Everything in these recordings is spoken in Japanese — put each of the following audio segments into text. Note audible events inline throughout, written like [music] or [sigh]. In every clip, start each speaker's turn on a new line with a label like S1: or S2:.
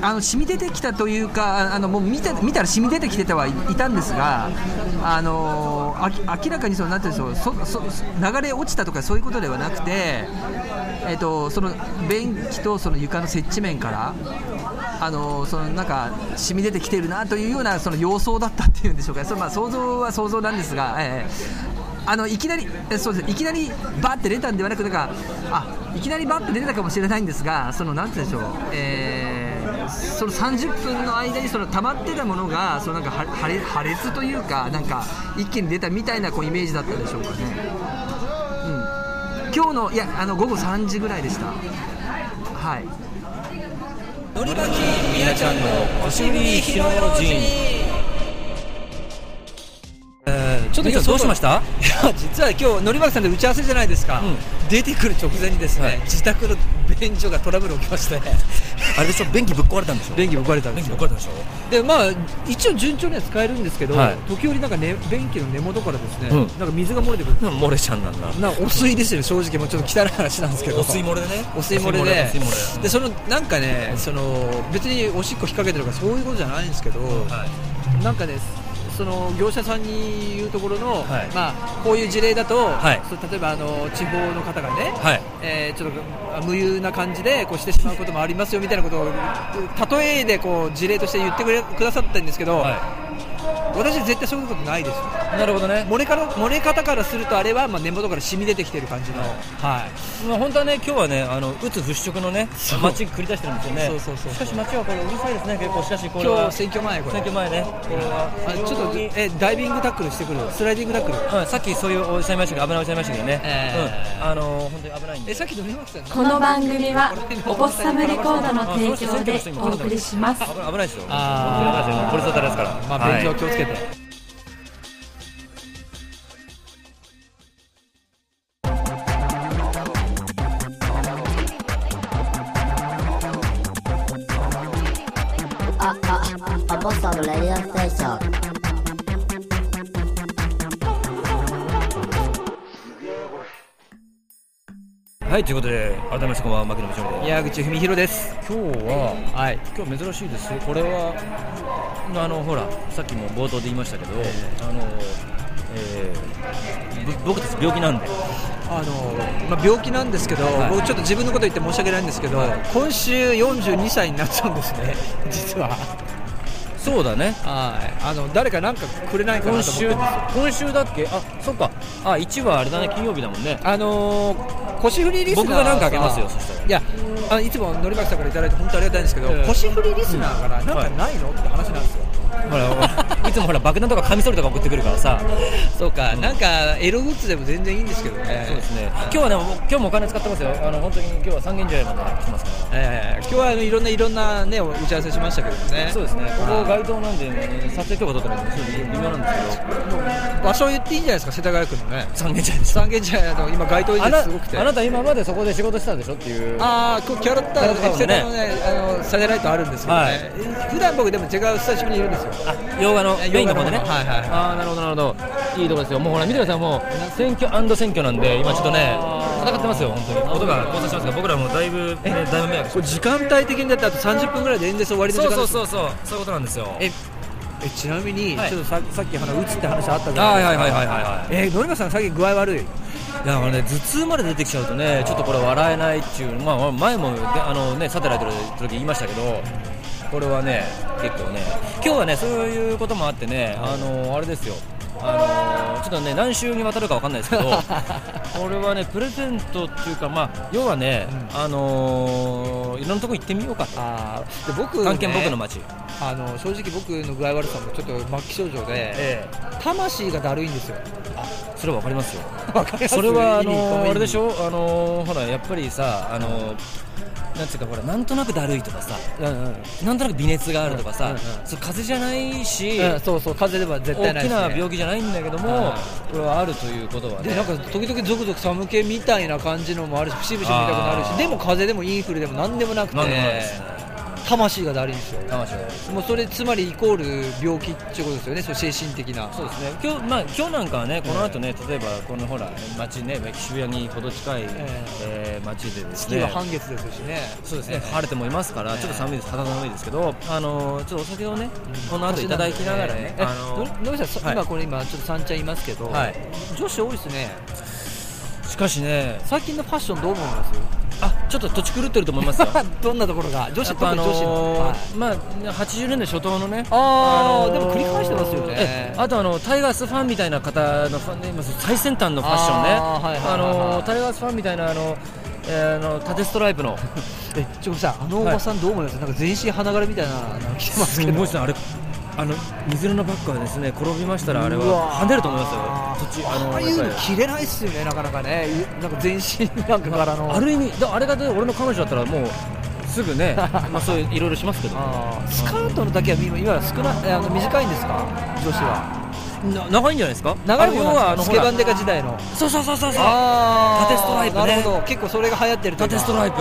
S1: あの染み出てきたというか、あのもう見て見たら染み出てきてたはいいたんですが、あのあき明らかにそのなんていうんでしょうそそ流れ落ちたとかそういうことではなくて、えっとその便器とその床の接地面から。あのそのなんか染み出てきてるなというようなその様相だったっていうんでしょうか、それまあ想像は想像なんですが、ええあのいきなりえそうですいきなりバーって出たんではなくなんかあいきなりバーって出たかもしれないんですがそのなんて言うんでしょう、えーその30分の間にその溜まってたものがそのなんかは破裂破裂というかなんか一気に出たみたいなこうイメージだったでしょうかね、うん、今日のいやあの午後3時ぐらいでしたはい
S2: 乗り場きみやちゃんの腰に火の陣えー、ちょっと今日どうしました
S3: [laughs] いや実は今日、のりまきさんで打ち合わせじゃないですか、
S2: うん
S3: 出てくる直前にですね、
S2: はい
S3: 自宅の便所がトラブル起きまして、
S2: あれでしょ便器ぶっ壊れたんでしょ
S3: 便器ぶっ壊れたんで
S2: 便器
S3: す
S2: ぶっ
S3: よ
S2: 壊れたで
S3: で、
S2: し
S3: まあ、一応順調には使えるんですけど、
S2: はい
S3: 時折なんか、ね、便器の根元からですね、
S2: うん
S3: なんか水が漏れてくる、
S2: ょ漏れちゃんなんだ
S3: なんかお水ですよね、正直、もうちょっと汚い話なんですけど。
S2: お水漏れでね
S3: お水漏れで
S2: お水漏れ
S3: でそのなんかねその別におしっこ引っ掛けてるとかそういうことじゃないんですけど、
S2: はい
S3: なんかねその業者さんに言うところの、
S2: はい
S3: まあ、こういう事例だと、
S2: はい
S3: そう例えばあの地方の方がね、
S2: はい
S3: えーちょっとあ無憂な感じでこうしてしまうこともありますよみたいなことを例えでこう事例として言ってくれくださったんですけど、
S2: は
S3: 私絶対そういうことないですよ
S2: いなるほどね
S3: 漏れから漏れ方からするとあれは、まあ、根元から染み出てきてる感じの、はい、
S2: まあ本当はね今日はねあの鬱払拭のね
S3: そう
S2: 街繰り出してるんですよね
S3: そうそうそうそう
S2: しかし街はこれうるさいですね結構しかしこれ
S3: 今
S2: は
S3: 日選挙前これ
S2: 選挙前ねこれ
S3: あ
S2: は
S3: ちょっと
S2: 非常に
S3: えダイビングタックルしてくるスライディングタックル
S2: うん、さっきそういうおっしゃいましたけど危ないおっしゃいましたけどね、
S3: えー
S2: うん、あの本当に危ないんで
S3: えさっきの山木さん
S4: この番組はおぼっさむレコードの提供でお送りします
S2: 危ない危ないですよ
S3: あー
S2: 危ないですよポリスターですから
S3: まあ勉強
S2: はい
S3: 気をつけて、
S5: あ、あ、あ、ボストムレディオステーション。
S2: はいということで改めましてこんばんは牧野部長で
S3: 矢口文博です
S2: 今日は
S3: はい
S2: 今日珍しいですよこれはあのほらさっきも冒頭で言いましたけど、あのえーぶ僕たち病気なんで
S3: あの、まあ、病気なんですけど、
S2: はい
S3: 僕ちょっと自分のこと言って申し訳ないんですけど、今週42歳になっちゃうんですね実は
S2: そうだね
S3: はいあの誰かなんかくれないかな
S2: 今
S3: と思って
S2: 週
S3: るんです
S2: 今週だっけあそっかあ1はあれだね金曜日だもんね
S3: あのー腰振りリスナー
S2: 僕がなんかあげますよそしたら
S3: いやあいつものりばきさんからいただいて本当ありがたいんですけど、
S2: ええ
S3: 腰振りリスナーからなんかないの、って話なんですよ
S2: ほらほらいつ [laughs] もほら爆弾とかカミソリとか送ってくるからさ
S3: そうか、なんかエログッズでも全然いいんですけどね
S2: そうですね今日はね今日もお金使ってますよあの本当に今日は三軒茶屋まで来てますから
S3: ええ今日はあのいろんないろんなねお打ち合わせしましたけどもね
S2: そうですねここ街頭なんで、ね、撮影許可取ってますんでちょっと微妙なんですけど
S3: 場所言っていいんじゃないですか世田谷区のね
S2: 三軒茶屋です
S3: 三軒茶屋の今街頭
S2: あ
S3: 演
S2: な
S3: 説すごくて
S2: あなた今までそこで仕事してたんでしょっていう
S3: ああこうキャロッタ
S2: キャロッタ
S3: ー
S2: ウン
S3: の
S2: のね
S3: 世田のねあのサテライトあるんですけど
S2: はい
S3: ね、普段僕でも違うスタジオにいるんですよ
S2: あ洋画の
S3: え
S2: メインの方でね
S3: 洋画のはいはいはい
S2: ああなるほどなるほどいいとこですよもうほら見てくださいもう選挙選挙なんで今ちょっとね戦ってますよ本当に音が交差してますが僕らもだいぶ、ね、だいぶ迷惑し
S3: これ時間帯的にだってあと30分ぐらいで演説終わりの時
S2: そう
S3: 間
S2: そう
S3: う
S2: そうそうそういうことなんですよ
S3: ええちなみに、
S2: はい
S3: ちょっとささっき話打つって話あったじゃな
S2: はいい
S3: ですか
S2: はいはいはいはいはい
S3: えー、のりまさん最近具合悪い
S2: いやあのね、頭痛まで出てきちゃうとね、ちょっとこれ、笑えないっていう、まあ、前もであの、ね、サテライトの時言いましたけど、これはね、結構ね、今日はね、そういうこともあってね、あのあれですよ、あのちょっとね、何週にわたるかわかんないですけど、 [laughs] これはね、プレゼントっていうか、まあ、要はね、あのいろんなとこ行ってみようかと、
S3: ああで僕、ね、
S2: 探検僕の街、
S3: あの正直僕の具合悪さもちょっと末期症状で、
S2: ええ
S3: 魂がだるいんです
S2: [laughs]
S3: よ。
S2: それはわかりますよ。
S3: わかります
S2: [laughs] それはあの
S3: 意味
S2: あれでしょあのほらやっぱりさあのなんていうかほらなんとなくだるいとかさ
S3: うんうん。
S2: なんとなく微熱があるとかさ、
S3: うんうんうん
S2: そう風邪じゃないし、
S3: うんそうそう、風邪では絶対
S2: 大
S3: ない
S2: き
S3: です、ね。
S2: な病気じゃないんだけども、これはあるということは
S3: で
S2: ね
S3: なんか時々ゾクゾク寒気みたいな感じのもあるし節々見たくなる
S2: あ
S3: し
S2: ー
S3: でも風邪でもインフルでも何でもなくて
S2: なんでもないですね
S3: 魂がだるいんですよ
S2: 魂が
S3: もうそれつまりイコール病気ってことですよねそう精神的な
S2: そうですね今日,、まあ、今日なんかはねこの後ね、例えばこのほら街ね渋谷にほど近い、えー街でです
S3: 月
S2: ね
S3: は半月ですしね
S2: そうですね、晴れてもいますから、ちょっと寒いです、肌寒いですけど、あのちょっとお酒をね、この後いただきながらね、
S3: え
S2: あの
S3: 野口さんそ、
S2: はい
S3: 今これ今ちょっと三茶いますけど、
S2: はい
S3: 女子多いですね
S2: しかしね、
S3: 最近のファッションどう思います
S2: あちょっと土地狂ってると思いますよ、や
S3: [laughs] どんなところが女子
S2: っ
S3: 特
S2: ぱあ
S3: に女子の、
S2: の
S3: はい
S2: ーまあ、80年代初頭のね、
S3: あー
S2: のー
S3: でも繰り返してますよね
S2: ええあとあの、タイガースファンみたいな方のファン、ね、今最先端のファッションね、
S3: あーはいはいはいはい
S2: あのータイガースファンみたいなあの、えーあの縦ストライプの、
S3: えちょっとさあのおばさんどう思います、なんか全身花柄みたいなの着てますけど
S2: もし [laughs] あれあの水色のバッグはですね転びましたらあれ
S3: うわ
S2: は跳ねると思いますよ途中
S3: あ
S2: の
S3: あいう
S2: やっ
S3: の
S2: ぱり
S3: 着れないっすよねなかなかねいなんか全身なんか柄の
S2: ある意味だあれがで俺の彼女だったらもうすぐ
S3: [laughs]
S2: ねまあそういういろいろしますけど
S3: あースカートのだけは今今少ないえあの短いんですか女子は
S2: な長いんじゃないですか
S3: 長い方
S2: あの要は
S3: な
S2: あ
S3: んで
S2: の
S3: すかス
S2: ほ
S3: ケ
S2: ら
S3: バンデカ時代の
S2: そうそうそうそうそう
S3: あ
S2: 縦ストライプね
S3: なるほど結構それが流行ってるというか
S2: 縦ストライプ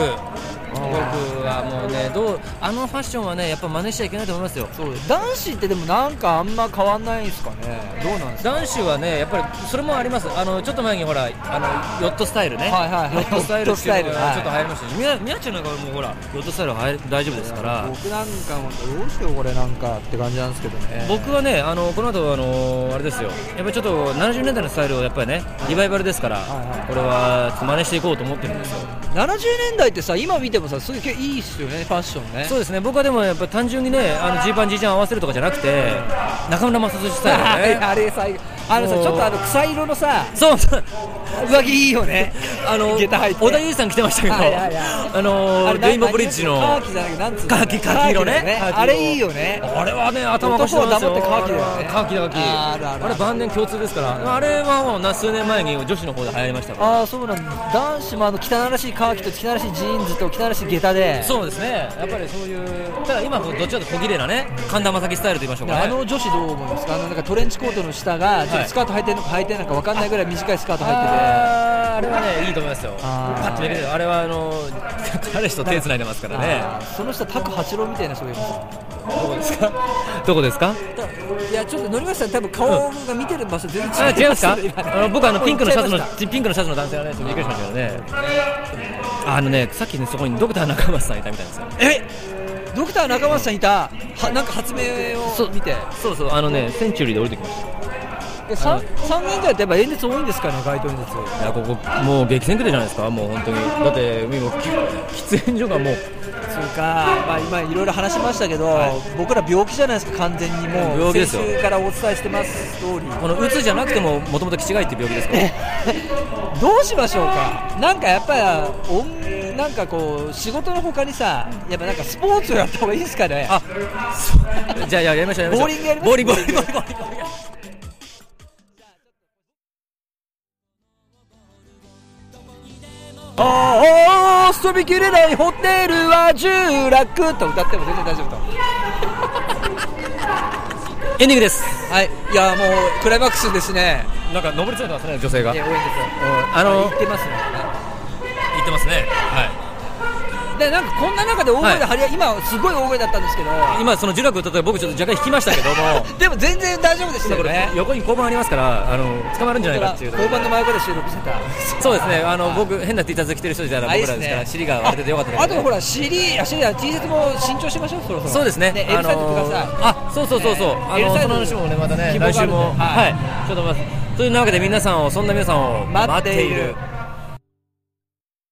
S2: 僕はもうねどうあのファッションはねやっぱ真似しちゃいけないと思いますよ
S3: そうです男子ってでもなんかあんま変わんないんですかねどうなんですか
S2: 男子はね、やっぱりそれもあります、あのちょっと前にほら、あのヨットスタイルね、
S3: はいはいはい
S2: ヨットスタイル
S3: ヨッ
S2: っていうの
S3: トスタイルは
S2: が
S3: い
S2: ちょっと流行りましたし、みやみやっちゃんなんかもうほら、ヨットスタイルは流行大丈夫ですから、
S3: 僕なんかもどうしようこれなんかって感じなんですけどね
S2: 僕はね、あのこの後あのあれですよ、やっぱりちょっと70年代のスタイルをやっぱりね、リバイバルですから、
S3: はいはい
S2: これは真似していこうと思ってるんですよ、
S3: 70年代ってさ今見てもさすごいいいっすよねファッションね
S2: そうですね、僕はでもやっぱり単純にね、あのジーパン、ジージャン合わせるとかじゃなくて、中村雅俊スタイルね。
S3: [laughs] あれさあのさち
S2: もう
S3: ょっとあの草色のさ
S2: そうそう
S3: 上着いいよ [laughs] ね
S2: あの
S3: 下駄履いて
S2: 小田裕二さん来てましたけど、
S3: はいはいは
S2: あの
S3: あれ
S2: レインボーブリッジの
S3: カーキじゃなくてなんつうの
S2: カーキカーキ色ね
S3: カーキだよ
S2: カーキ色
S3: あれいいよね
S2: あれはね頭が
S3: 男は黙ってカーキだよね
S2: カーキだカーキ
S3: あーあるあるある
S2: れ晩年共通ですからあれはもうな数年前に女子の方で流行りましたから
S3: ああそうなんだ男子もあの汚らしいカーキと汚らしいジーンズと汚らしい下駄で
S2: そうですねやっぱりそういうただ今どっちかというと小綺麗なね神田正輝スタイルと言いましょうかね
S3: あの女子どう思いますかあのなんかトレンチコートの下がちょっとスカート履いてるのか履いてないのか分かんないぐらい短いスカート履いてて
S2: あーあれはねいいと思いますよ
S3: あー
S2: パッと見れるあれはあの彼氏と手つないでますからね
S3: あーその下タク八郎みたいな人がいます
S2: どこですかどこですか
S3: いやちょっと乗りました多分
S2: 顔
S3: が見てる場所全
S2: あ違います [laughs] かあの僕あのピンクのシャツの
S3: あ
S2: ピンクのシャツの男性がねちょっとびっくりしましたけどねあのねさっきねそこにドクター中松さんいたみたいですよ
S3: ドクター中松さんいたはなんか発明を見て
S2: そうそうあのねセンチュリーで降りてきました
S3: 三三人ぐらいってやっぱ演説多いんですかね街頭演説
S2: いやここもう激戦区でじゃないですかもう本当にだってもうき喫煙所がもう
S3: そうか、まあ、今いろいろ話しましたけど、僕ら病気じゃないですか完全にもう
S2: 病気ですよ
S3: 先週からお伝えしてます通り
S2: このうつじゃなくてももともと気違いっていう病気ですから
S3: どうしましょうかなんかやっぱりおんなんかこう仕事のほかにさやっぱなんかスポーツをやった方がいいですかね
S2: あそうじゃあいややりましょうやりましょう
S3: ボーリングやりましょう
S2: ボーリングボーリングボーリング
S3: ああ遊びきれないホテルは十楽と歌っても全然大丈夫と
S2: エンディングです
S3: はいいやもうクライマックスですね
S2: なんか登り詰めてますね女性が
S3: いや
S2: 言
S3: 多いですよ
S2: あの
S3: 言ってますね
S2: ってますねは
S3: でなんかこんな中で大声で張り合い、今すごい大声だったんですけど
S2: い今その呪楽歌ったら僕ちょっと若干引きましたけども
S3: でも全然大丈夫でした
S2: こ
S3: よ
S2: れ
S3: ね
S2: 横に交番ありますからあの捕まるんじゃないかっていう
S3: 交番の真横で収録してた
S2: そうですねあの僕変な T シャツ着てる人じゃない
S3: あいい
S2: 僕
S3: っす
S2: ら
S3: ね
S2: ですから尻が割れててよかったです
S3: あとほら CD あ CD あ T シャツも新調しましょうそろそろ
S2: そうですね。
S3: ね L サイズください、
S2: あ、そうそうそうそう。
S3: ね
S2: あ
S3: L
S2: の
S3: サイズ
S2: その話もねまたね
S3: 希望があるん
S2: 来
S3: で
S2: 週も
S3: は
S2: はいい。ちょっと待って。というわけで皆さんをそんな皆さんを
S3: 待っている
S2: 待っ